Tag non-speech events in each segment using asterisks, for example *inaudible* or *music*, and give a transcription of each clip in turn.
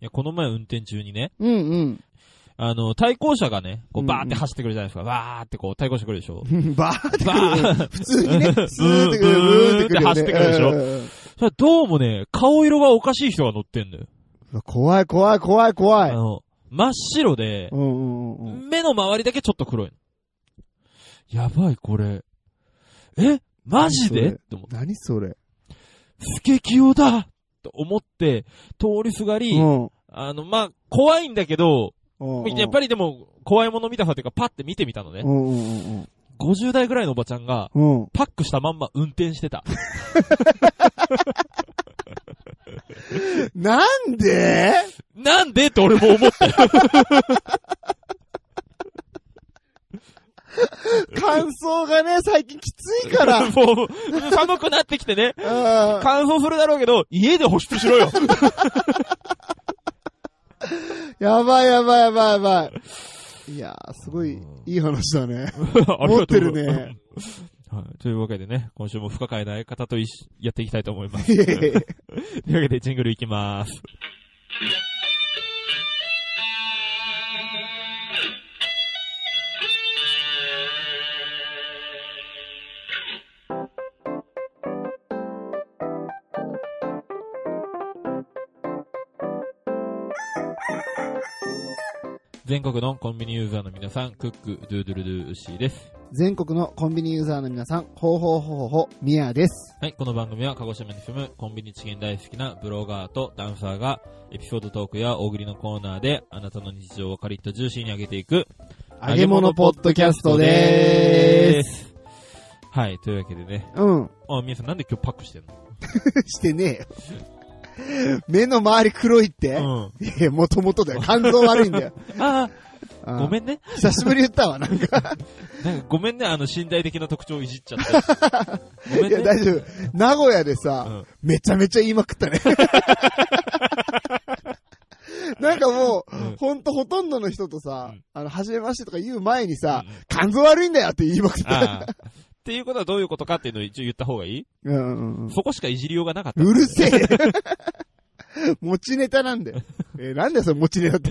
いや、この前運転中にね、うんうん。あの、対向車がね、こううんバーって走ってくるじゃないですか。バーってこう対向車来るでしょ。 *laughs* バーってくバるよね *laughs* ー普通にね、スーってくる、ブーってくるよね。走ってくるでしょうんうんうんそれどうもね、顔色がおかしい人が乗ってんだよ。うわ怖い怖い怖い怖いあ。の、真っ白でう、んうんうんうん。目の周りだけちょっと黒いの。やばい、これ。えマジで何それって思って。何それ。スケキヨだと思って、通りすがり、うんあの、まあ、怖いんだけど、うんうん。やっぱりでも、怖いもの見たさっていうか、パッて見てみたのねう。んうん50代ぐらいのおばちゃんが、うん。うん。パックしたまんま運転してた。なんでなんでって俺も思った。 *laughs* 感想がね、最近きついから。 *laughs* うん。もう、寒くなってきてね。乾燥するだろうけど、家で保湿しろ *laughs* よ。やばいやばいやばいやばい。いやー、すごいうん、いい話だね。持ってるね。はい、というわけでね、今週も不可解な相方と一緒やっていきたいと思います。いとやいやいいうわけで、ジングルいきまーす。全国のコンビニユーザーの皆さん、クック、ドゥードゥルドゥーシーです。全国のコンビニユーザーの皆さん、ほうほうほうほうほ、みやです。はい、この番組は鹿児島に住むコンビニチゲン大好きなブロガーとダンサーがエピソードトークや大喜利のコーナーであなたの日常をカリッとジューシーに上げていく揚げ物ポッドキャストでーす。す。はい、というわけでね。うん。あ、皆さんなんで今日パックしてんしてねえよ。目の周り黒いって、のいや、もともとだよ。肝臓悪いん *laughs* だよ。うん。あうあ、ごん。めんね。久しぶり言ったわ、なんか。なんかごめんね、あの身体的な特徴をいじっちゃって。ごめんいや、ね。大丈夫。名古屋でさ、うんめちゃめちゃ言いまく *laughs* ったね。なんかもう、うんほんとほとんどの人とさ、うんあの、初めましてとか言う前にさ、うんうん肝臓悪いんだよって言いまくった。ああ。っていうことはどういうことかっていうのを一応言った方がいいうんうんうんそこしかいじりようがなかった。うるせえ *laughs* 持ちネタなんだよ。えーなんだよ、それ持ち *laughs* ネタって。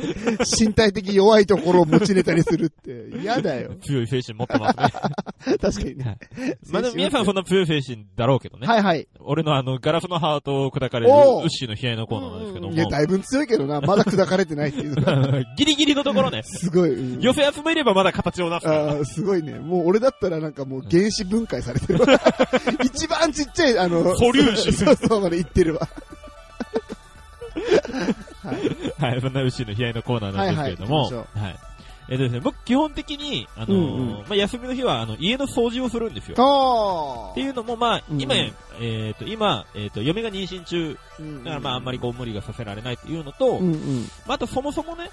身体的弱いところを持ちネタにするって。嫌だよ。強い精神持ってますね。 *laughs* 確かにね。まあでも皆さんそんな強い精神だろうけどね。はいはい。俺のあの、ガラスのハートを砕かれる、ウおうッシーの悲哀のコーナーなんですけどいや、だいぶ強いけどな。まだ砕かれてないっていうの *laughs* が。も、ギリギリのところね、すごい。うん寄せ集めればまだ形をなすから。あーすごいね。もう俺だったらなんかもう原子分解されて *laughs* るわ。一番ちっちゃい、あの、素粒子 *laughs* そうそうまでいってるわ。はい、そんなウッシーの悲哀のコーナーなんですけれども、はいはい行はい。えっとですね、僕基本的に、あのーうんうんまあ、休みの日は、あの、家の掃除をするんですよ。あっーていうのも、まあ、今、うんうえっ、と、今、えっ、と、嫁が妊娠中、だからまあ、あんまりこう、無理がさせられないっていうのと、うんうん。まあ、あと、そもそもね、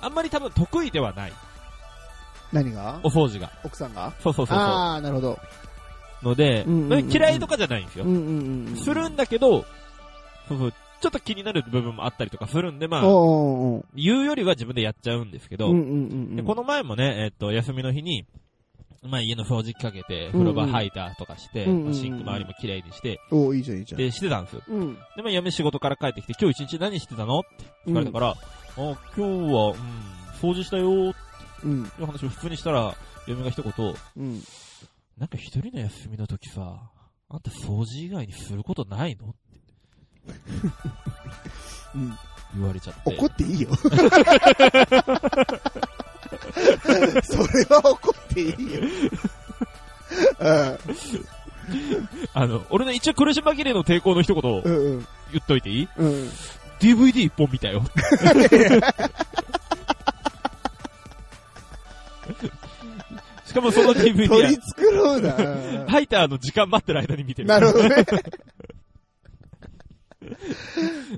あんまり多分得意ではない、何がお掃除が。奥さんがそうそうそうそああ、なるほど。う。ので、うんうんうんうん嫌いとかじゃないんですようん。うんうん。するんだけど、そうそう、ちょっと気になる部分もあったりとかするんで、まあ、おーおーお言うよりは自分でやっちゃうんですけーど、うんうんうんうでん。この前もね、えっと、休みの日に、まあ家の掃除機かけて、風呂場ハイターとかして、うんうんまあシンク周りも綺麗にして、おーいいじゃんいいじゃん。で、してたんですよ。うん。で、まあ嫁仕事から帰ってきて、今日一日何してたのって聞かれたから、あ、今日は、うん、掃除したよーってうん。いう話を普通にしたら、嫁が一言、うん。なんか一人の休みの時さ、あんた掃除以外にすることないのうん。言われちゃって。怒っていいよ。 *laughs* それは怒っていいよ。 *laughs* あの、俺の一応苦し紛れの抵抗の一言をうん。うん言っといていいうん。うん。 ?DVD 一本見たよ。 *laughs* しかもその DVD 取はり、繕うな。ハイターの時間待ってる間に見てる。 *laughs* なるほどね。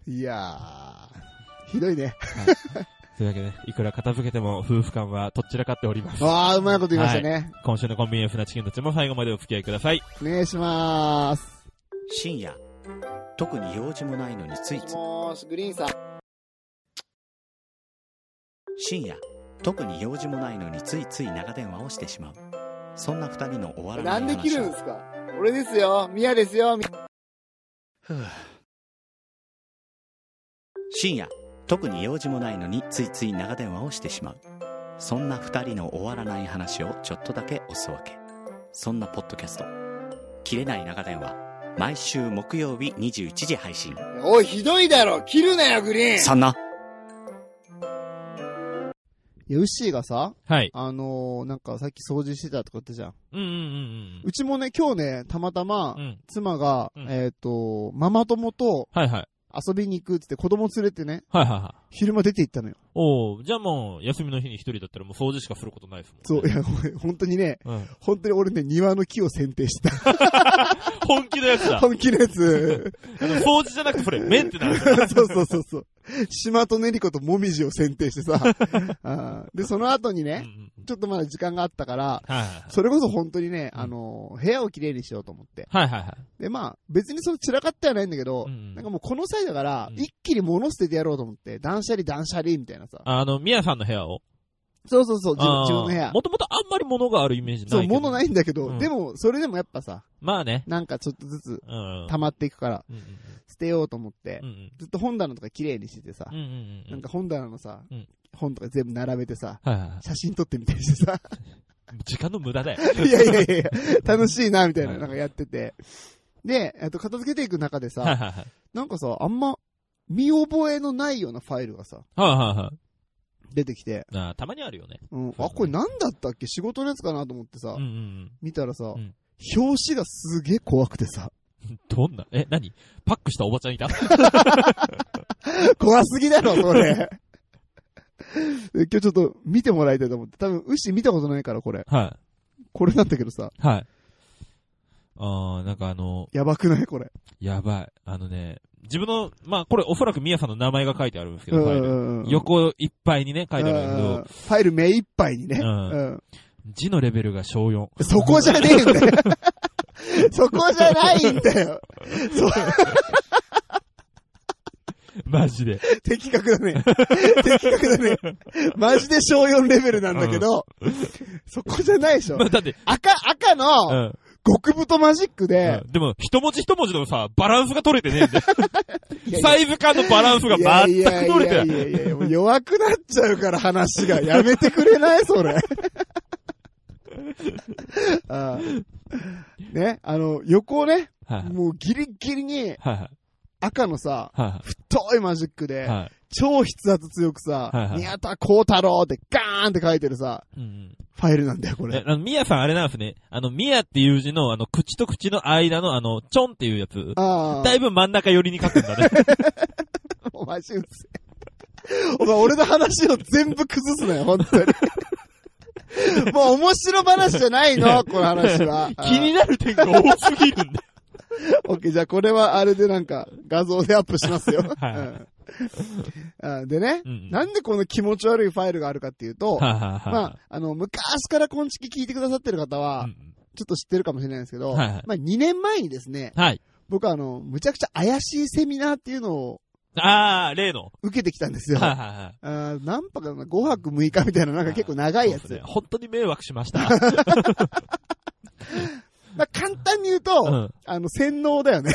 *laughs* いやー、ひどいね。というわけで、いくら片付けても夫婦間はとっちらかっております。あー、うまいこと言いましたね。今週のコンビニエンスなチキンたちも最後までお付き合いください。お願いしまーす。深夜特に用事もないのについついもーし、グリーンさん。深夜特に用事もないのについつい長電話をしてしまうそんな二人の終わらなない話んをで切るんですか俺ですよ、ミヤですよ、みふう深夜特に用事もないのについつい長電話をしてしまうそんな二人の終わらない話をちょっとだけおすわけそんなポッドキャスト「切れない長電話」毎週木曜日21時配信おい、ひどいだろ切るなよ、グリーンそんないや、ウッシーがさ、はい。あのー、なんかさっき掃除してたとか言ったじゃん。うんうんうんうちもね、今日ね、たまたま、うん。うん。妻が、うんえっ、と、ママ友とはいはい。遊びに行くってって子供連れてね、はいはいはい。昼間出て行ったのよ。おーじゃあもう、休みの日に一人だったらもう掃除しかすることないですもんね。そう、いや、ごめん本当にね、うん。本当に俺ね、庭の木を剪定してた。本気のやつだ。本気のやつ。 *laughs* あの掃除じゃなくてこれ、メンテナンスだ。そうそうそうそう。島とねりこともみじを剪定し *laughs* てさ。あーで、その後にうんうね、んうんちょっとまだ時間があったから、はいはいはいそれこそ本当にね、うんあのー、部屋をきれいにしようと思って。はいはいはい。で、まあ、別にその散らかってはないんだけど、うんうんなんかもうこの際だから、うん一気に物捨ててやろうと思って、断捨離断捨離みたいなさ。あの、ミヤさんの部屋を。そうそうそう、自分あー自分の部屋。もともとあんまり物があるイメージないそう、けど物ないんだけど、うんでも、それでもやっぱさ、まあね。なんかちょっとずつうん。溜まっていくから、うん捨てようと思って、うんうん。ずっと本棚とか綺麗にしててさうん、うんうんうん。なんか本棚のさ、うん本とか全部並べてさ、はいはいは写真撮ってみたりし *laughs* てさ、い。時間の無駄だよ。いやいやいやいや、楽しいな、みたいな、はいなんかやってて。で、えっと、片付けていく中 *laughs* ではいはいさ、はい。はいなんかさ、あんま、見覚えのないようなファイルがさ、はいは出てきて、い。なあたまにあるよね。うん、そうあ、これ何だったっけ仕事のやつかなと思ってさうんう、ん見たらさうん、表紙がすげえ怖くてさ、 *laughs* うん。どんな、え、何パックしたおばちゃんいた怖すぎだろ、それ。で今日ちょっと見てもらいたいと思って。多分、ウシ見たことないから、これ。はこれなんだけどさ。い。はい。あー、なんかあの、やばくないこれ。やばい。あのね、自分の、まあこれおそらくミヤさんの名前が書いてあるんですけうど、んフうァイル。んうん。横いっぱいにね、書いてあるんだけうど、んファイル目いっぱいにね。ううんん。字のレベルが小4。そこじゃねえんだよ。 *laughs* そこじゃないんだよ。 *laughs* マジで。的確だね。的確だね。マジで小4レベルなんだけど、そこじゃないでしょま。あだって、赤、赤うのん。極太マジックで、でも、一文字一文字のさ、バランスが取れてねえんだよ。 *laughs* いやいやサイズ感のバランスが全く取れていない。やいやいやいや、もう弱くなっちゃうから話が。やめてくれない *laughs* それ。ああね、あの、横をね、はいはいもうギリギリはにいはい赤のさ、は太いマジックいで、はい超筆圧強くはいさは、い宮田幸太郎ってガーンって書いてるさ、うんファイルなんだよ、こうん。えれ。あの、ミヤさんあれなんですね。あの、ミヤっていう字の、あの、口と口の間の、あの、チョンっていうやつ。あだいぶ真ん中寄りに書くんだ *laughs* ね。あ、お前しうっせえ。お前、俺の話を全部崩すなよ、本当に。もう面白話じゃないの、この話は。気になる点が多すぎるんだよ。オッケー、じゃあこれはあれでなんか画像でアップしますよ。はいはいうんあでね、うんなんでこの気持ち悪いファイルがあるかっていうと、はいはいはい。まあ、あの、昔からこんちき聞いてくださってる方はう、んちょっと知ってるかもしれないんですけど、はいはいまあ2年前にですね、はい。僕はあの、むちゃくちゃ怪しいセミナーっていうのをあー、例の。受けてきたんですはいよ。はいはい。あー何泊かな ?5 泊6日みたいななんか結構長いやそうでつ。すね本当に迷惑しました。まあ簡単に言うと、うんあの、洗脳だよね。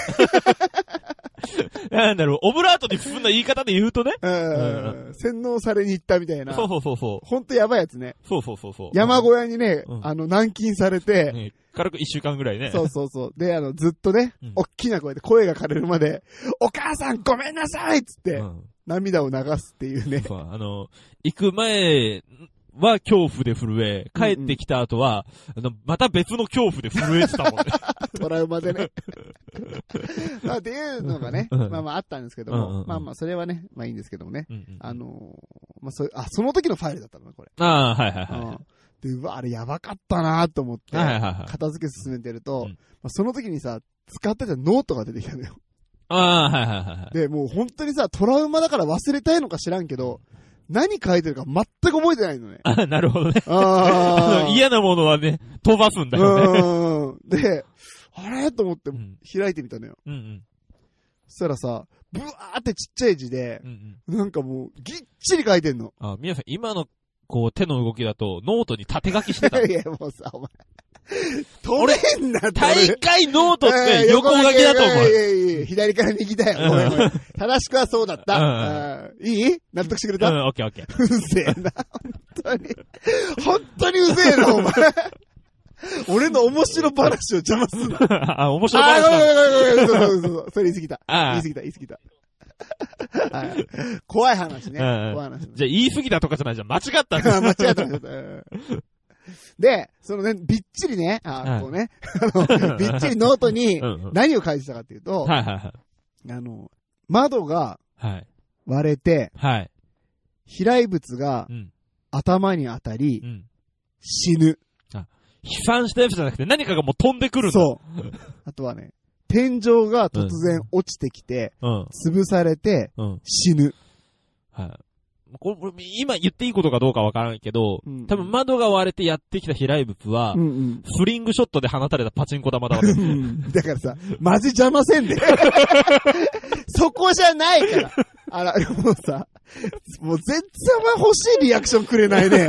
なんだろう、オブラートに包んだ言い方で言うとね。うん洗脳されに行ったみたいな。そうそうそうそう。ほんとやばいやつね。そうそうそうそう。山小屋にね、うんあの、軟禁されて、ね、軽く一週間ぐらいね。そうそうそう。で、あの、ずっとね、うんおっきな声で声が枯れるまで、お母さんごめんなさいっつって、うん涙を流すっていうね。 *laughs* そうあの、行く前は恐怖で震え、帰ってきた後は、あの、また別の恐怖で震えてたもん *laughs* ね。トラウマでね。 *laughs* まあ、っていうのがね、うんまあまああったんですけどうんうんも、うんまあまあ、それはね、まあいいんですけどもね。うんうんあのーまあそういう、あ、その時のファイルだったのな、これ。ああ、はいはいはい。うんで、うわ、あれやばかったなと思って、はいはいはい。片付け進めてるうと、んまあ、その時にさ、使ってたノートが出てきたのよ。ああ、はいはいはいはい。。で、もう本当にさ、トラウマだから忘れたいのか知らんけど、何書いてるか全く覚えてないのねあなるほどね。ああの *laughs* あ。嫌なものはね、飛ばすんだよね。うん。で、あれと思ってうん。開いてみたのよ。うんうん。そしたらさ、ブワーってちっちゃい字でうんう、ん。なんかもう、ぎっちり書いてんの。あ、皆さん、今の、こう、手の動きだと、ノートに縦書き *laughs* してた。いや、もうさ、お前。取れんなって。大概ノートっえてー横書きだと思。いやいうやいやいや左から右だよ。ごめんごめん正しくはそうだった。うんあーいい納得してくれう、た、うんオッケーオッケー。ぜえな。本当に。本当にうぜえな、お前。俺の面白話を邪魔すん *laughs* な。あ、面白いあ話ー、ごだめんごめんごめんごめん。そうそうそう。それ言い過ぎた。あ言あい過ぎた、言い過ぎた。はい怖い話ね。うんうん怖い話ね。じゃあ言い過ぎたとかじゃないじゃん。間違った *laughs* んだ。間違えた間違えた。うんで、そのね、びっちりね、あはーいこうね、あのびっちりノートにうんうん何を書いてたかっていうと、あはいはいはい。の、窓がはい。割れて、はい。飛来物がうん。頭に当たりう、ん。死ぬ。飛散したやつじゃなくて何かがもう飛んでくるんだ。そう。あとはね、天井が突然落ちてきて、う。うん。潰されてうん。死ぬ。はい。これ今言っていいことかどうかわからんけど、うん多分窓が割れてやってきた飛来物は、うんうん。フリングショットで放たれたパチンコ玉だわ。うんだからさ、マジ邪魔せんで。 *laughs* そこじゃないから。あら、もうさ、もう全然お前欲しいリアクションくれないね。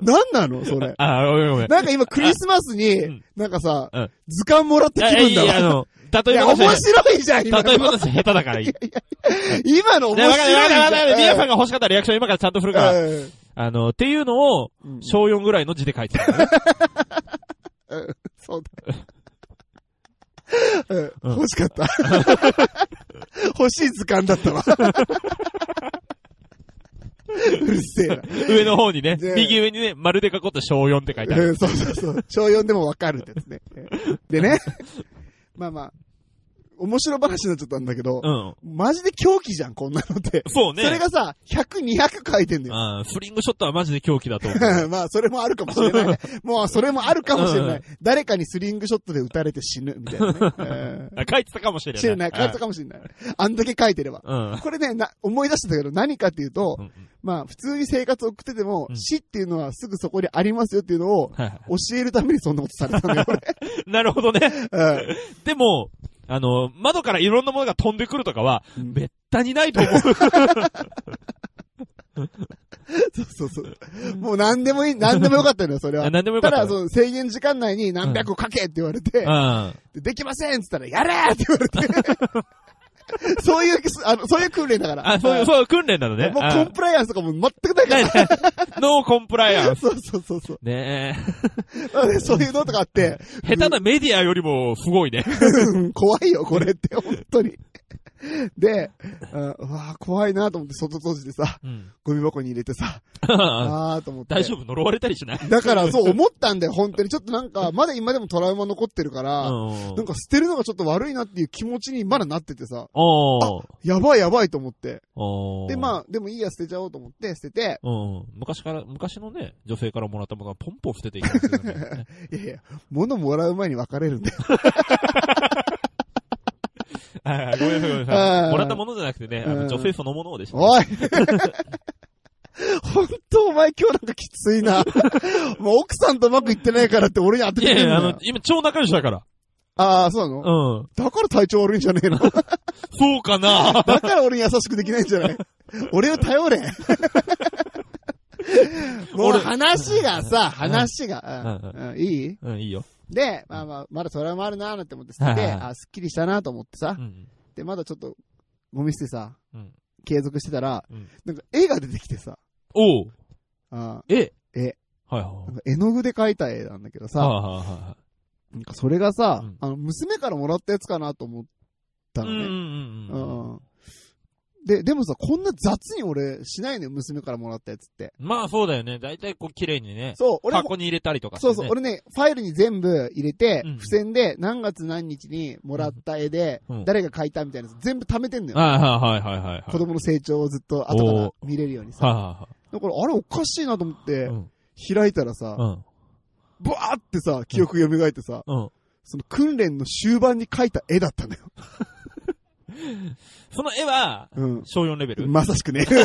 なんなのそれ。あ、ごめんごめん。なんか今クリスマスうにん、なんかさうん、図鑑もらった気分だいやいやあわ。の、例いえや、面話、白いじゃん、今の。例え話下手だからいい。ね今のわ面かるわかる白いじわかる。皆ゃさんん。が欲しかったリアクション今からちゃんと振るから。うんあの、っていうのを、うん小4ぐらいの字で書いてたからね。そうだ。うんうん欲しかった。 *laughs* 欲しい図鑑だったわ。うるせえな。上の方に *laughs* ね、で右上にね、丸で囲った小4って書いてあうる。んそうそうそう。小4でもわかるってやつね。でね、まあまあ、面白話になっちゃったんだけど、うん。マジで狂気じゃん、こんなのって。そうね。それがさ、100、200書いてんだよ。あーフリングショットはマジで狂気だと思う。 *laughs* まあ、それもあるかもしれ *laughs* ない。もう、それもあるかもしれなうい。誰かにスリングショットで撃たれて死ぬ、みたいな *laughs* ね。うんあ書いてたかもしれない。知らない。変わったかもしれない。あんだけ書いてれば。うん。うんこれね、な、思い出してたけど何かっていうと、うんまあ普通に生活を送ってても、うん死っていうのはすぐそこにありますよっていうのをはいは教えるためにそんなことされたんだ *laughs* よ、いなるほどね。俺。でも、あの、窓からいろんなものが飛んでくるとかは、うんめったにないと思う。 *laughs* そうそうそう。もう何でもいい、何でもよかったのよ、それは。 *laughs* 何でもよかたった。だ、その制限時間内に何百個書けって言われて、うん。でできませんって言ったら、やれって *laughs* 言われて。そういう、あの、そういう訓練だから。あ、そういう、う。そう、訓練なのね。もうあコンプライアンスとかも全くないなかいないノーコンプライアら。ンス。そうそうそうそう。ねなのでそういうのとかあって、え。下手なメディアよりもすごいね。うん怖いよ、これって、本当に。で、うんうわあ怖いなと思って、外閉じてさ、うん。ゴミ箱に入れてさ、あーと思っ *laughs* て。大丈夫呪われたりしないだから、そう思ったんだよ、本当に。ちょっとなんか、まだ今でもトラウマ残ってるから、うんなんか捨てるのがちょっと悪いなっていう気持ちにまだなっててさ、おーやばいやばいと思って。おーで、まあ、でもいいや、捨てちゃおうと思って、捨てて、うん。昔から、昔のね、女性からもらったものがポンポン捨てていきますよね。 *laughs* いやいや、物もらう前に別れるんだよ。はいはいごめんなさい、ごめんなさうい。んもらったものじゃなくてね、あうのん女性そのものでしたね。おい *laughs* 本当お前今日なんかきついな。 *laughs* もう奥さんとうまくいってないからって俺に当ていてくやるんだいよ。や、あの、今超仲良しだから。ああ、そうなの、うん。だから体調悪いんじゃねえ *laughs* のだそうか *laughs* なから俺に優しくできないんじゃない俺を頼れもう *laughs* 俺話がさ、うん話が、うんうんいいうん、いいよ。で、まあまあ、まだトラウマあるなーなんて思って捨てはいて、はいはいあ、すっきりしたなと思ってさう、ん。で、まだちょっと、ゴミ捨てさうん、継続してたらうん、なんか絵が出てきてさ、おう。あええ。はいはいーなんか絵の具で描いた絵なんだけどはい。さ、はいはいはい。なんかそれがさうん、あの、娘からもらったやつかなと思ったうんのね。うんうん。うんで、でもさ、こんな雑に俺しないのよ、娘からもらったやつって。まあそうだよね。大体こう綺麗にね。そう、俺も、箱に入れたりとかしてそね。うそう、俺ね、ファイルに全部入れて、うん付箋で何月何日にもらった絵で、うん誰が描いたみたいなやつ全部貯めてんのよ。はいはいはいはいはいはい。子供の成長をずっと後から見れるようにはいさ。はだから、あれおかしいなと思っいてはい。、うん。開いたらさう、ん。ブワーってさ、記憶蘇ってさ、うん。その訓練の終盤に描いた絵だったのよ。その絵は、うん。小4レベル。まさしくね。 *laughs* そう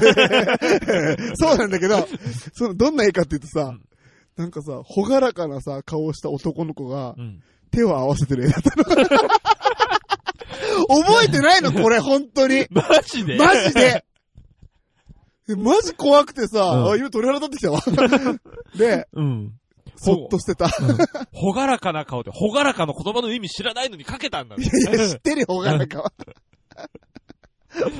なんだけど、その、どんな絵かっていうとうさん、なんかさ、ほがらかなさ、顔をした男の子がう、ん。手を合わせてる絵だったの。 *laughs* 覚えてないのこれ、本当に。マジでマジ *laughs* で。えマジ怖くてさ、うんあ、今鳥肌立ってきた *laughs* わ。で、うん。そっと捨てた。ほがらかな顔って、ほがらかの言葉の意味知らないのにかけたんだね。いや、知ってるよ、ほがらかは。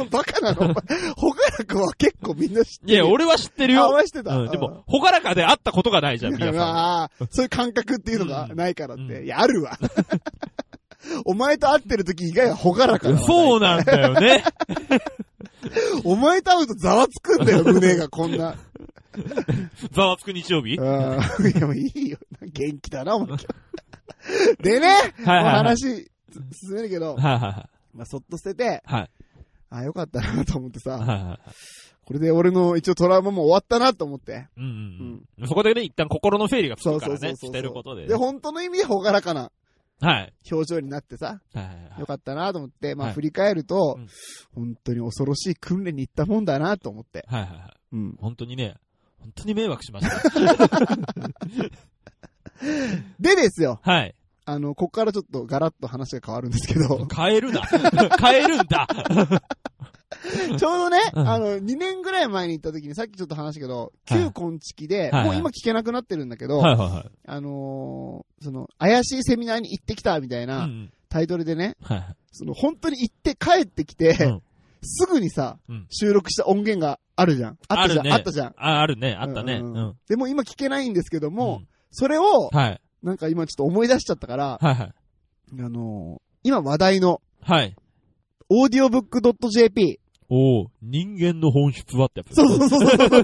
バカ *laughs* なのお前ほがらかは結構みんな知っている。や、俺は知ってるあ、よ。俺してた。うん、でも、ほがらかで会ったことがないじゃん、皆さん。ああ、そういう感覚っていうのがないからって。うんいや、あるわ。 *laughs* お前と会ってる時以外はほがらかだわそうなんだよね。お前と会うとざわつくん *laughs* だよ、胸がこんな。ざわつく日曜日うはい *laughs* ん。いや、もういいよ。元気だな、お前。でね、はいもうはい。話、つ進めるけど、はいはまあ、そっと捨てて、いはい。あよかったなと思ってはい。さ、はいはい。これで俺の一応トラウマも終わったなと思って。うんうんうん。そこでね、一旦心の整理がつくからそうそうそね、うそうしてることでね。で、本当の意味でほがらかなはい。表情になってさ、はいはいよはかったなと思って、まはあい振り返ると、うん本当に恐ろしい訓練に行ったもんだなと思って。い。はいはいはい。うん。本当にね、本当に迷惑しました。でですよ、はい。、あの、ここからちょっとガラッと話が変わるんですけど変えるな。 *laughs* 変えるんだ。 *laughs* ちょうどね、うんあの、2年ぐらい前に行った時にさっきちょっと話したけど、はい旧昆虫で、はいもう今聞けなくなってるんだけど、はいはいはい。あのーその、怪しいセミナーに行ってきたみたいうんうなんタイトルでね、はいその、本当に行って帰ってきて、うんすぐにさ、うん収録した音源があるじゃん。あったじゃあるん、ねあったじゃん。あ、あるね。あったね。うんん。んんでも今聞けないんですけども、うんそれを、はい。なんか今ちょっと思い出しちゃったから、はいはい。あのー今話題の、はい。オーディオブック .jp。おお人間の本質はってやつ。そうそうそうそうそう。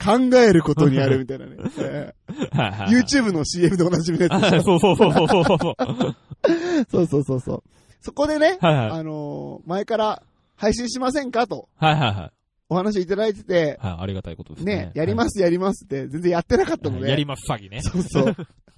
*laughs* 考えることにあるみたいなね。えはいはーいはい。 YouTube の CM でおなじみのやはいそうそうそうそうそうそう。つ。そうそうそうそう。そこでね、はいはい。はいあのー前から配信しませんかとはいはい。お話いただいてて、はい、ありがたいことですね。ね、やりすますやりますって全然やってなかったので。やります詐欺ね。そうそう。 *laughs*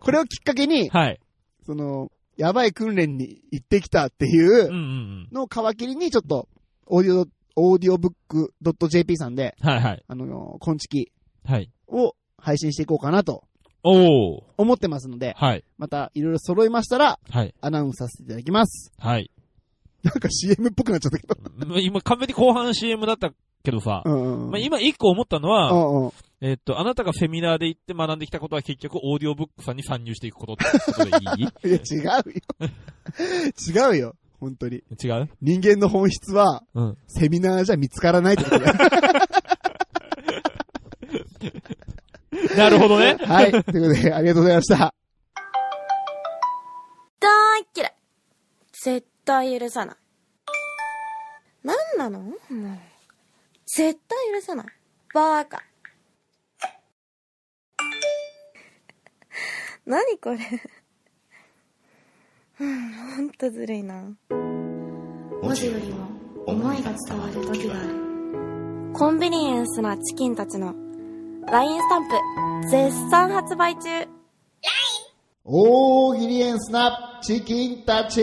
これをきっかけに、はい。その、やばい訓練に行ってきたっていうんううんうん。のを皮切りに、ちょっと、オーディオ、オーディオブック .jp さんで、はいはい。あの、昆虫はい。を配信していこうかなとおー。思ってますので、はい。またいろいろ揃いましたら、はい。アナウンスさせていただ *laughs* きます。はい。なんか CM っぽくなっちゃったけど。今、完璧に後半 CM だったけどさう。んうん。まあ、今一個思ったのは、うんうん。えっと、あなたがセミナーで行って学んできたことは結局、オーディオブックさんに参入していくことってことでいいいや、違うよ。違うよ。本当に。違う人間の本質は、うん。セミナーじゃ見つからないってことだよなるほどね。 *laughs* はい。ということで、ありがとうございました。大っ嫌い絶対許さない何なのもう絶対許さないバーカ *laughs* 何これうんほんとずるいな文字よりも思いが伝わる時があるコンビニエンスなチキンたちの LINE スタンプ絶賛発売中大喜利エンスナップチキンたち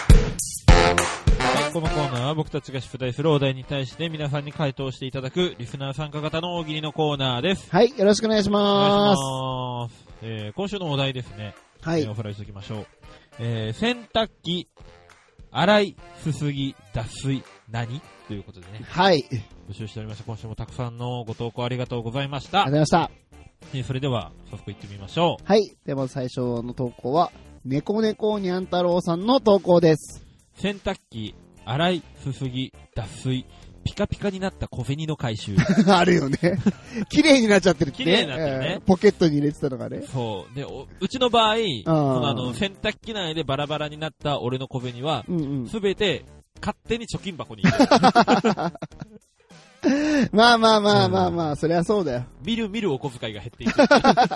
はいこのコーナーは僕たちが出題するお題に対して皆さんに回答していただくリスナー参加型の大喜利のコーナーです。はい、よろしくお願いしお願まいす。します。えー、今週のお題ですね。はえーおい。さらいしておきましょう。えー、洗濯機、洗い、すすぎ、脱水、何ということでね、はい。あり募集しておりました。今週もたくさんのご投稿ありがとうございましがたとうござ。いました。えーそれでは、早速行ってみましょう。はい。では、最初の投稿は、猫猫にゃん太郎さんの投稿です。洗濯機、洗い、すすぎ、脱水、ピカピカになった小銭の回 *laughs* 収。 *laughs* あるよ *laughs* ね。綺麗になっちゃってるって綺ね。麗になってるねえーポケットに入れてたのがね。そう。で、おうちの場合、そのあの、洗濯機内でバラバラになった俺の小銭は、うんうん。すべて、勝手に貯金箱に入れる。 *laughs* *laughs* まあまあまあまあまあ、そりゃそうだよ。見る見るお小遣いが減っていく。やっぱ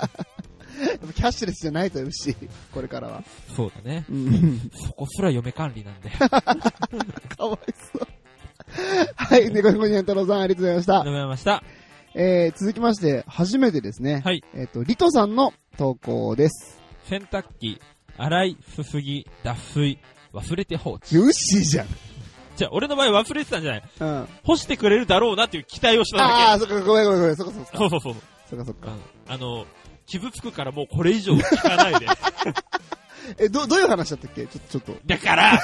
キャッシュレスじゃないとよし、これからは。そうだね。うん。そこすら嫁管理 *laughs* なんで。 *laughs* かわいそう。 *laughs* はい、猫猫にゃん太郎さん、ありがとうございましたありがとう。ございました。えー、続きまして、初めてですね。はい。えっ、と、リトさんの投稿です。洗濯機、洗い、すすぎ、脱水、忘れて放置。よしじゃん。じゃあ、俺の場合忘れてたんじゃないうん。あ干してくれるだろうなっていう期待をしただあー、そっか、ごめんごめんごめん。そっかそっけ。そか。うそうそう。そっかそっか。あの、傷つくからもうこれ以上聞かない *laughs* で。え、ど、どういう話だったっけちょ、ちょっと。だから、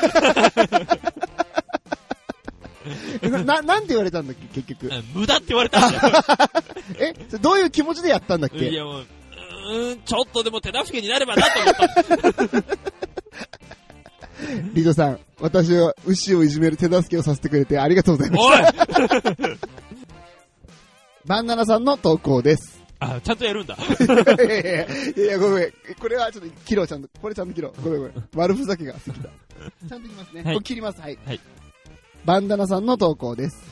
な、ななんて言われたんだっけ、結局。無駄って言われたんだよ。え、それどう *laughs* いう気持ちでやったんだっいけやもう、うーん、ちょっとでも手助けになればなと思 *laughs* った。リゾさん、私は牛をいじめる手助けをさせてくれてありがとうございます。おいバンナナさんの投稿です。 *laughs* あ、ちゃんとやるんだ。いやいやいや、いやいやごめん。これはちょっと、切ろう、ちゃんと。これちゃんと切ろう。ごめんごめん。悪ふざけが好きだ。ちゃんと切りますね。はいこれ切ります、はい。はいバンダナさんの投稿です。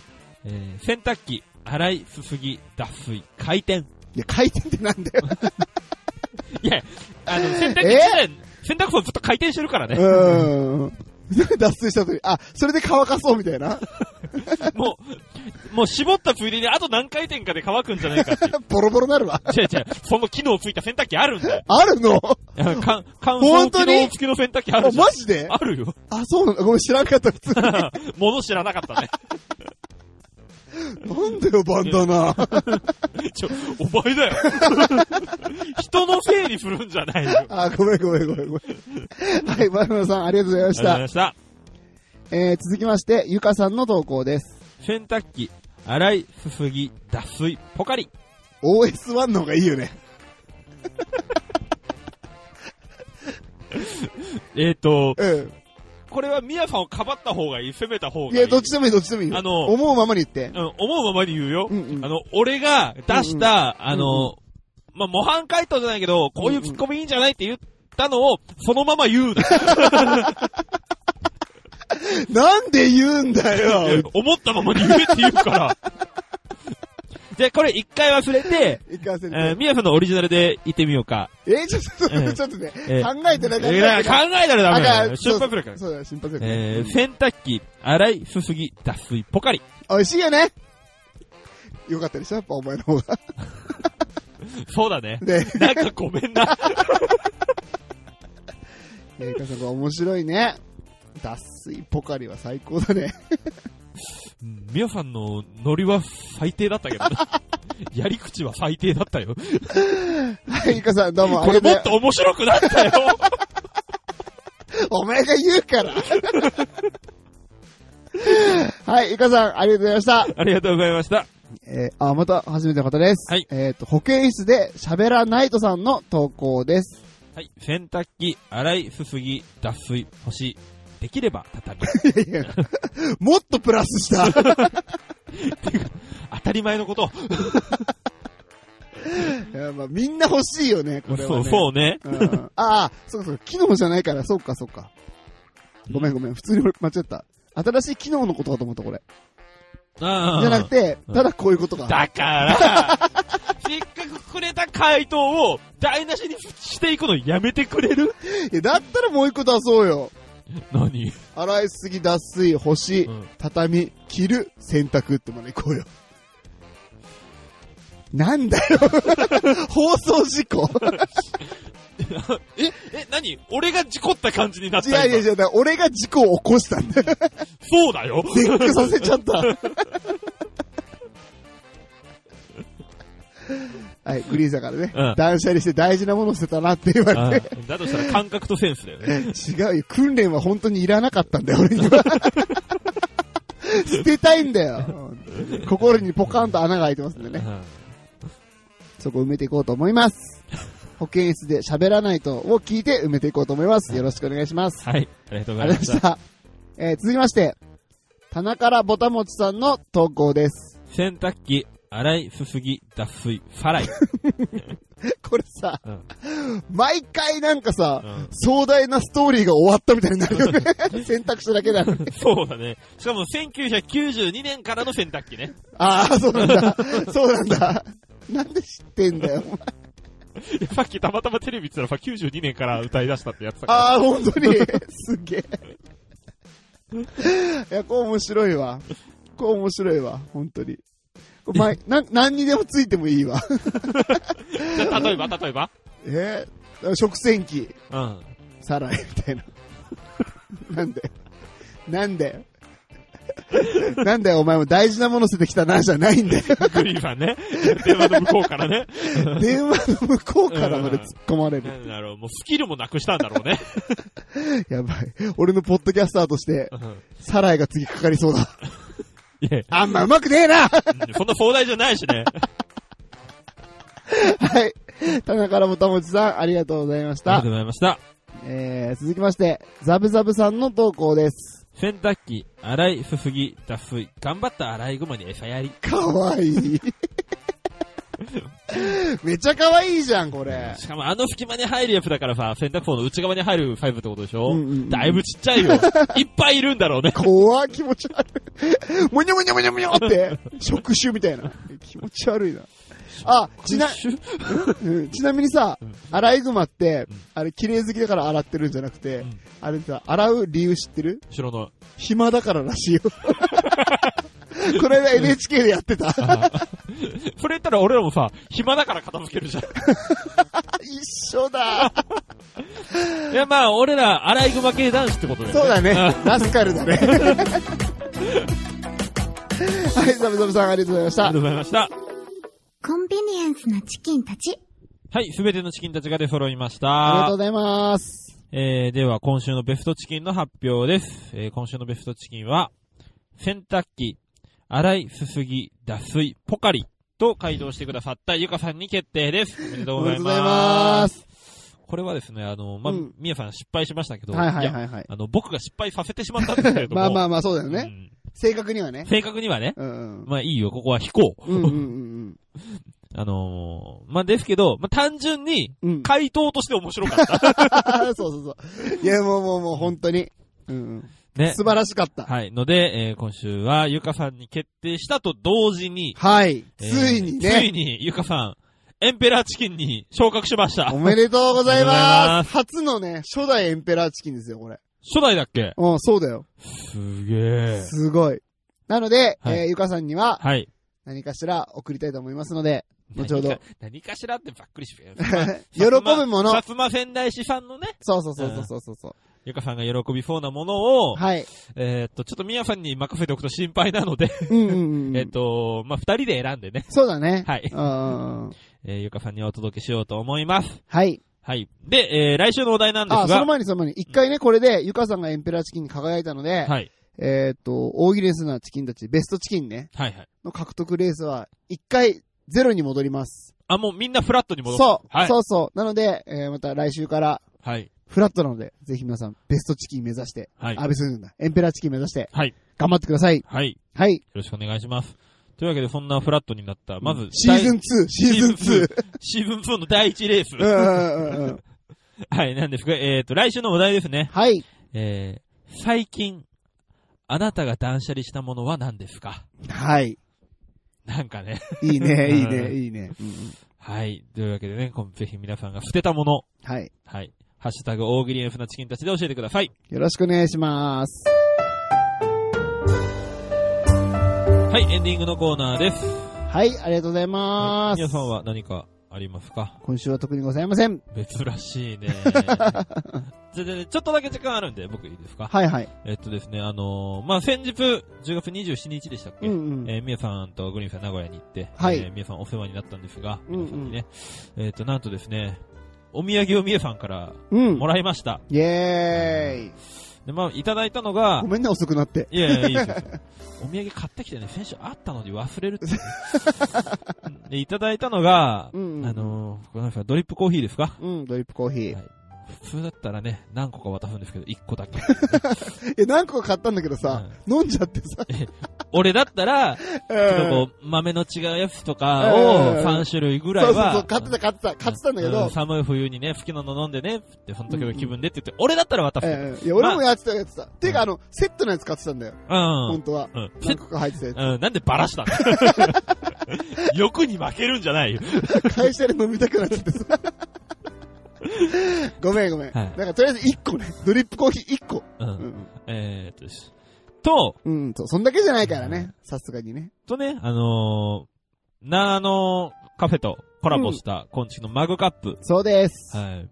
えー洗濯機、洗い、すすぎ、脱水、回転。いいや、回転ってなんだよ。や、あの、洗濯機え自体、洗濯槽ずっと回転してるからね。うーん。脱水した時、あ、それで乾かそうみたいな。もう、もう絞ったついでにあと何回転かで乾くんじゃないかっていう。ボロボロなるわ。違う違う、その機能ついた洗濯機あるん *laughs* だよ。あるのあのかん乾燥本機当に能付きの洗濯機ああるじゃんマ。ジであるよ。 *laughs* あ、そうなのごめん、知らなかった、普通に。もの知らなかったね。なんだよ、バンダナ。 *laughs* ちょ、お前だよ。 *laughs* 人のせいにするんじゃないよ。ありがとあ、ごめん、ごめん、ごめん、ごめん。はい、バンダナさん、ありがとうございまうしございた。ました。えー、続きまして、ゆかさんの投稿です。洗濯機、洗い、すすぎ、脱水、ポカリ。 OS1 の方がいいよね。えっ、ー、と、うん。これはミヤさんをかばった方がいい、攻めた方いがいい。や、どっちでもいい、どっちでもいいよ。あの思うままに言って。うん、思うままに言うよ。うんうんあの、俺が出した、あの、まあ、模範解答じゃないけど、こういうツッコミいいんじゃないって言ったのを、そのまま言う *laughs* な。なんで言うんだよ。思ったままに言えって言う *laughs* から。で、これ一回忘れて、いかせえー、る。みやさんのオリジナルで言ってみようか。えー、ちょっと、えーちょっとね、えー考えてなえかっーた *laughs* 考から。えたらダメだよ。そ出う発力。そうだ、心配するからえー、洗濯機、洗い、すすぎ、脱水、ポカリ。美味しいよね。よかったでしょやっぱお前の方が。そうだ *laughs* ね。 *laughs* ねなんかごめんな。えー、かさんこれ面白いね。脱水ポカリは最高だね。うんみやさんのノリは最低だったけどね。 *laughs* やり口は最低だったよ。はい、ゆかさんどうもあ *laughs* こりれがともうっと面白くなった *laughs* よ。お前が言うから。 *laughs* はい、ゆかさんありがとうございました。ありがとうございました。えー、あ、また初めての方です。はいえっ、と、保健室で喋らないとさんの投稿です。はい。洗濯機、洗い、すすぎ、脱水、干し、できれば *laughs* 畳。いやいやもっとプラス *laughs* した。当たり前のこと。いやまあ、みんな欲しいよね、これは、そね。う、そうね。うん。ああ、そうかそうか、機能じゃないから、そうかそうか。ごめんごめん、普通に俺間違った。新しい機能のことかと思った、これ。ああじゃなくてう、んただこういうことか。だ *laughs* から、せっかくくれた回答を台無しにしていくのやめてくれるいや、だったらもう一個出そうよ。何洗いすぎ、脱水、干し、うん畳、着る、洗濯ってまで行こうよ。なんだよ。 *laughs* 放送事 *laughs* 故。え、え、何俺が事故った感じになっいたやいやい今や、だから俺が事故を起こしたんだよ。そうだよ。絶句させち *laughs* ゃった。はい、グリーンさんからね、うん断捨離して大事なものを捨てたなって言われてああだとしたら感覚とセンスだよね。違うよ。訓練は本当にいらなかったんだよ、俺に *laughs* は。捨てたいんだよ。心にポカンと穴が開いてますんでね。うんそこ埋めていこうと思います。保健室で喋らないとを聞いて埋めていこうと思います。よろしくお願いします。はい。ありがとうごあざりいまし。がとうございましたた。えー続きまして、棚からぼたもちさんの投稿です。洗濯機、洗い、すすぎ、脱水、ファライ。これさ、うん毎回なんかさ、うん壮大なストーリーが終わったみたいになるよね。選択肢だけなのに。そうだね。しかも1992年からの洗濯機ね。ああ、そうなんだ。そうなんだ。なんで知ってんだよ、お前。いやさっきたまたまテレビ見てたらさ、92年から歌い出したってやつだから。ああ、本当に。すげえ。いや、こう面白いわ。こう面白いわ、本当に。これ前、な、何にでもついてもいいわ。じゃあ例えば、例えばえー、食洗機、うん。サライみたいな。なんでなんで *laughs* なんだよ、お前も大事なもの捨ててきたな、じゃないんだよ。グリーンさんね。電話の向こうからね。電話の向こうからまで突っ込まれる。なんだろう、もうスキルもなくしたんだろうね。 *laughs* やばい。俺のポッドキャスターとして、サライが次かかりそうだ。いや、あんまうまくねえな *laughs* はうんそんな壮大じゃないしね。い。田中らもたもちさん、ありがとうございましありがたとう。ございました。えー、続きまして、ザブザブさんの投稿です。洗濯機、洗い、すすぎ、脱水。頑張った洗い駒に餌やり。かわい *laughs* い。めちゃかわいいじゃん、これ。しかもあの隙間に入るやつだからさ、洗濯槽の内側に入るファイブってことでしょ、うんうんうんだいぶちっちゃ *laughs* いよ。いっぱいいるんだろうね。怖い気持ち悪い。むにゃむにゃむにゃむにゃって、触手みたいな。気持ち悪いな。あ、ちな、うんちなみにさ、アライグマって、あれ、綺麗好きだから洗ってるんじゃなくて、んあれさ、洗う理由知ってる後ろの。 *laughs* 暇だかららしいよ。 *laughs* これ間 NHK でやってた。それ言ったら俺らもさ、暇だから片付けるじゃん。一緒だ。いやまあ、俺ら、洗い駒系男子ってことだよね。そうだね。ラスカルだ *laughs* ね。はい、ザブザブさんありがとうございましあたりがと。うございました。コンビニエンスなチキンたち。はい、すべてのチキンたちが出揃いましありがとたうご。ざいます。えー、では、今週のベストチキンの発表です。えー、今週のベストチキンは、洗濯機、洗い、すすぎ、脱水、ポカリと回答してくださったゆかさんに決定です。おめでとうおごめざでいとうございま。ますす。これはですね、あの、まあうん、みやさん失敗しましたけど、はいはいやはいはい。あの、僕が失敗させてしまったんですけれども。 *laughs* まあまあまあ、そうだよね。う正確にはねん。。正確にはね、うんうん。まあいいよ、ここは引こう。うんうんうん *laughs* あのー、まあですけど、まあ単純に、うん。うん。回答として面白か *laughs* った。そうそうそう。いや、もうもうもう、本当に。うんうねん。。素晴らしかった。はい。ので、えー今週は、ゆかさんに決定したと同時に、はい。えーついについね。に、ゆかさん、エンペラーチキンに昇格しましたお。めでとうございおめでとうございまます。初のね、初代エンペラーチキンですよ、これ。初代だっけうん、そうだよ。すげえ。すごい。なので、はいえーゆかさんには、はい。何かしら送りたいと思いますので、後ほど何か。何かしらってばっくりしよ *laughs* 喜ぶもの薩。摩仙台市さんのね、そうそうそうそうそうそう。ゆかさんが喜びそうなものを、はい。えーっと、ちょっとみやさんに任せておくと心配なので、うんうんうん。えーっと、まあ、二人で選んでね、そうだね。はいうんうんうん。えーゆかさんにお届けしようと思います。はい。はい。で、えー来週のお題なんですあ、そがの、前にその前に、一回ね、これで、ゆかさんがエンペラーチキンに輝いたので、はい。えーっと、大喜利レスなチキンたち、ベストチキンね、はいはい。の獲得レースは、一回、ゼロに戻ります。あ、もうみんなフラットに戻る。そう、はい。そうそう。なので、えーまた来週から、はい。フラットなので、ぜひ皆さん、ベストチキン目指して、はい安倍すんだ、エンペラーチキン目指して、はい。頑張ってください。はい。よはい。ろしくお願いします。というわけで、そんなフラットになった、まず、シーズン2第、シーズンシーズン2。シーズン2の第1レース。うんうんうんうん。はい、なんですが、えっ、と、来週のお題ですね。はい。えー、最近、あなたが断捨離したものは何ですかはい。なんかね。いいね、いいね、 *laughs* うんいいね。うんうんはい。というわけでね、こんぜひ皆さんが捨てたもの。はい。はい。ハッシュタグ、大喜利エンフなチキンたちで教えてください。よろしくお願いします。はい、エンディングのコーナーです。はい、ありがとうございま皆すさ。んは何かありますか今週は特にございません。珍し *laughs* いね。じゃじゃちょっとだけ時間あるんで、僕いいですかはいはい。えっとですね、あのーまあ、先日、10月27日でしたっけ、うんうん。えー、みやさんとグリーンさん名古屋に行って、はいえーみやさんお世話になったんですが、うんうん皆さんにね、えっ、と、なんとですね、お土産をみやさんからうんも。らいました。イェーイ。で、まあ、いただいたのがご、めんね、遅くなって。いやいや、いいですよ。お土産買ってきてね、先週あったのに忘れるっていう *laughs* ね、で、いただいたのが、うんうんあのー、ごめんなさい、ドリップコーヒーですかうん、ドリップコーヒーはい。普通だったらね、何個か渡すんですけど、1個だけ。え、何個か買ったんだけどさ、飲んじゃってさ。俺だったら、ちょっとうんこう、豆の違うやつとかをうん3種類ぐらいそうそうは。そう、買ってた買ってた、買ってたんだけうど。寒い冬にね、好きなの飲んでね、って、その時の気分でって言って、俺だったら渡す。うん。ええいや、俺もやってた、やってた。ていうか、あの、セットのやつ買ってたんだよ。う本ん当は。うん何個か入ってたやうん。なんでバラしたの *laughs* 欲に負けるんじゃないよ。つ。会社で飲みたくなっちゃってさ。 *laughs* ごめんごめはん。ないんか、とりあえず1個ね。ドリップコーヒー1個。う。うんん。えーっとです。と、うん、そう、そんだけじゃないからね。さすがにね。とね、あのー、なあのーカフェとコラボした、今ンのマグカップ。そうです。はい。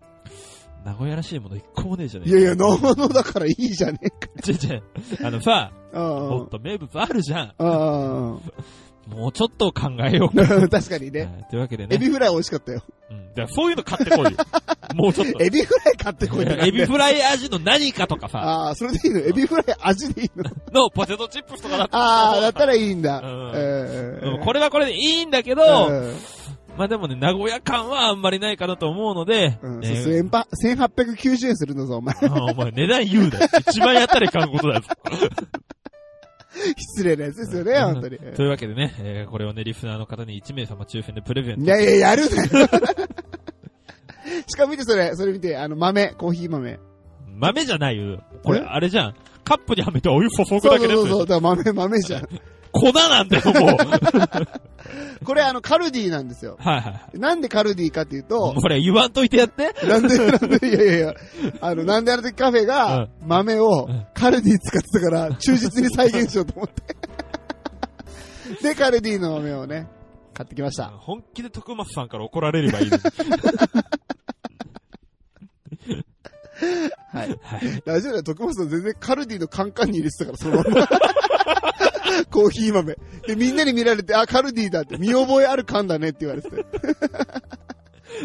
名古屋らしいもの一個もねえじゃねえいかやいや、生物だからいいじゃねえか。ちょいちょいあのさ、もあっと名物あるじゃん。あ。あもうちょっと考えようあ。確かにね。は *laughs* いというわけでエね。ビフライ美味ししかったよ。うん。だからそういうの買ってこいよ。もうちょっと。 *laughs* エビフライ買ってこいってなんだエよビフライ味の何かとかさ、ああ、それでいいのエビフライ味でいい *laughs* ののポテトチップスとかだったらああ、だったらいいんだ。うんえでもえこれはこれでいいんだけど、うんまあでもね、名古屋感はあんまりないかなと思うので、うん、ねそう千八1890円するんだぞ、お前。 *laughs* あお前値段言うな。一番やったりかんことだぞ。失礼なやつですよね、本当に。 *laughs* というわけでね、えーこれをね、リスナーの方に1名様抽選でプレゼンいト。やいや、やるなよ。 *laughs* しかも見て、それ、それ見て、あの、豆、コーヒー豆。豆じゃないよ。これ、えあれじゃん。カップにはめてお湯注ぐそうだけそうでそうそう、す。だから豆、豆じゃん。粉なんだよ、も *laughs* う。これ、あの、カルディなんですよ。はいはい。なんでカルディかっていうと、これ言わんといてやって。なんで、なんで、いやいやいや、あの、なんであの時カフェが、豆をうんカルディ使ってたから、忠実に再現しようと思 *laughs* って。で、カルディの豆をね、買ってきました。本気で徳松さんから怒られればいいのに。はい。はい。大丈夫だよ、徳松さん全然カルディのカンカンに入れてたから、その *laughs* まま。コーヒー豆。で、みんなに見られて、あ、カルディだって、見覚えある缶だねって言われてて。だ *laughs* か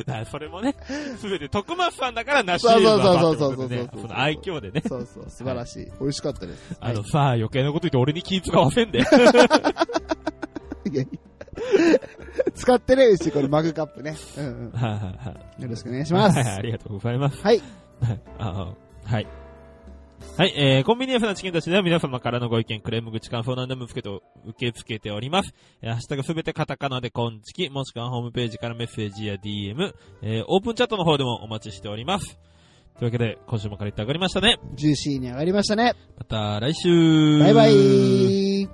らそれもね、すべて徳松さんだからなしそう得るそうそう技そうってことでねそうそうそうそうその愛嬌でね。そうそう、素晴らしい。美味しかったです。あはのさあ、余計なこと言って俺に気遣わ *laughs* せんで。いいやい *laughs* や使ってねえし、これマグカップね。うんうん。はいはいはい。よろしくお願いしますはいはい、ありがとうございます。はい。 *laughs* ああはい。はい、えー、コンビニエフなチキンたちでは皆様からのご意見、クレーム口感想何でも受けてお、受け付けております。えー、ハッシュタグすべてカタカナでコンチキ、もしくはホームページからメッセージや DM、えー、オープンチャットの方でもお待ちしております。というわけで、今週も借りて上がりましたね。ジューシーに上がりましたね。また来週バイバイ。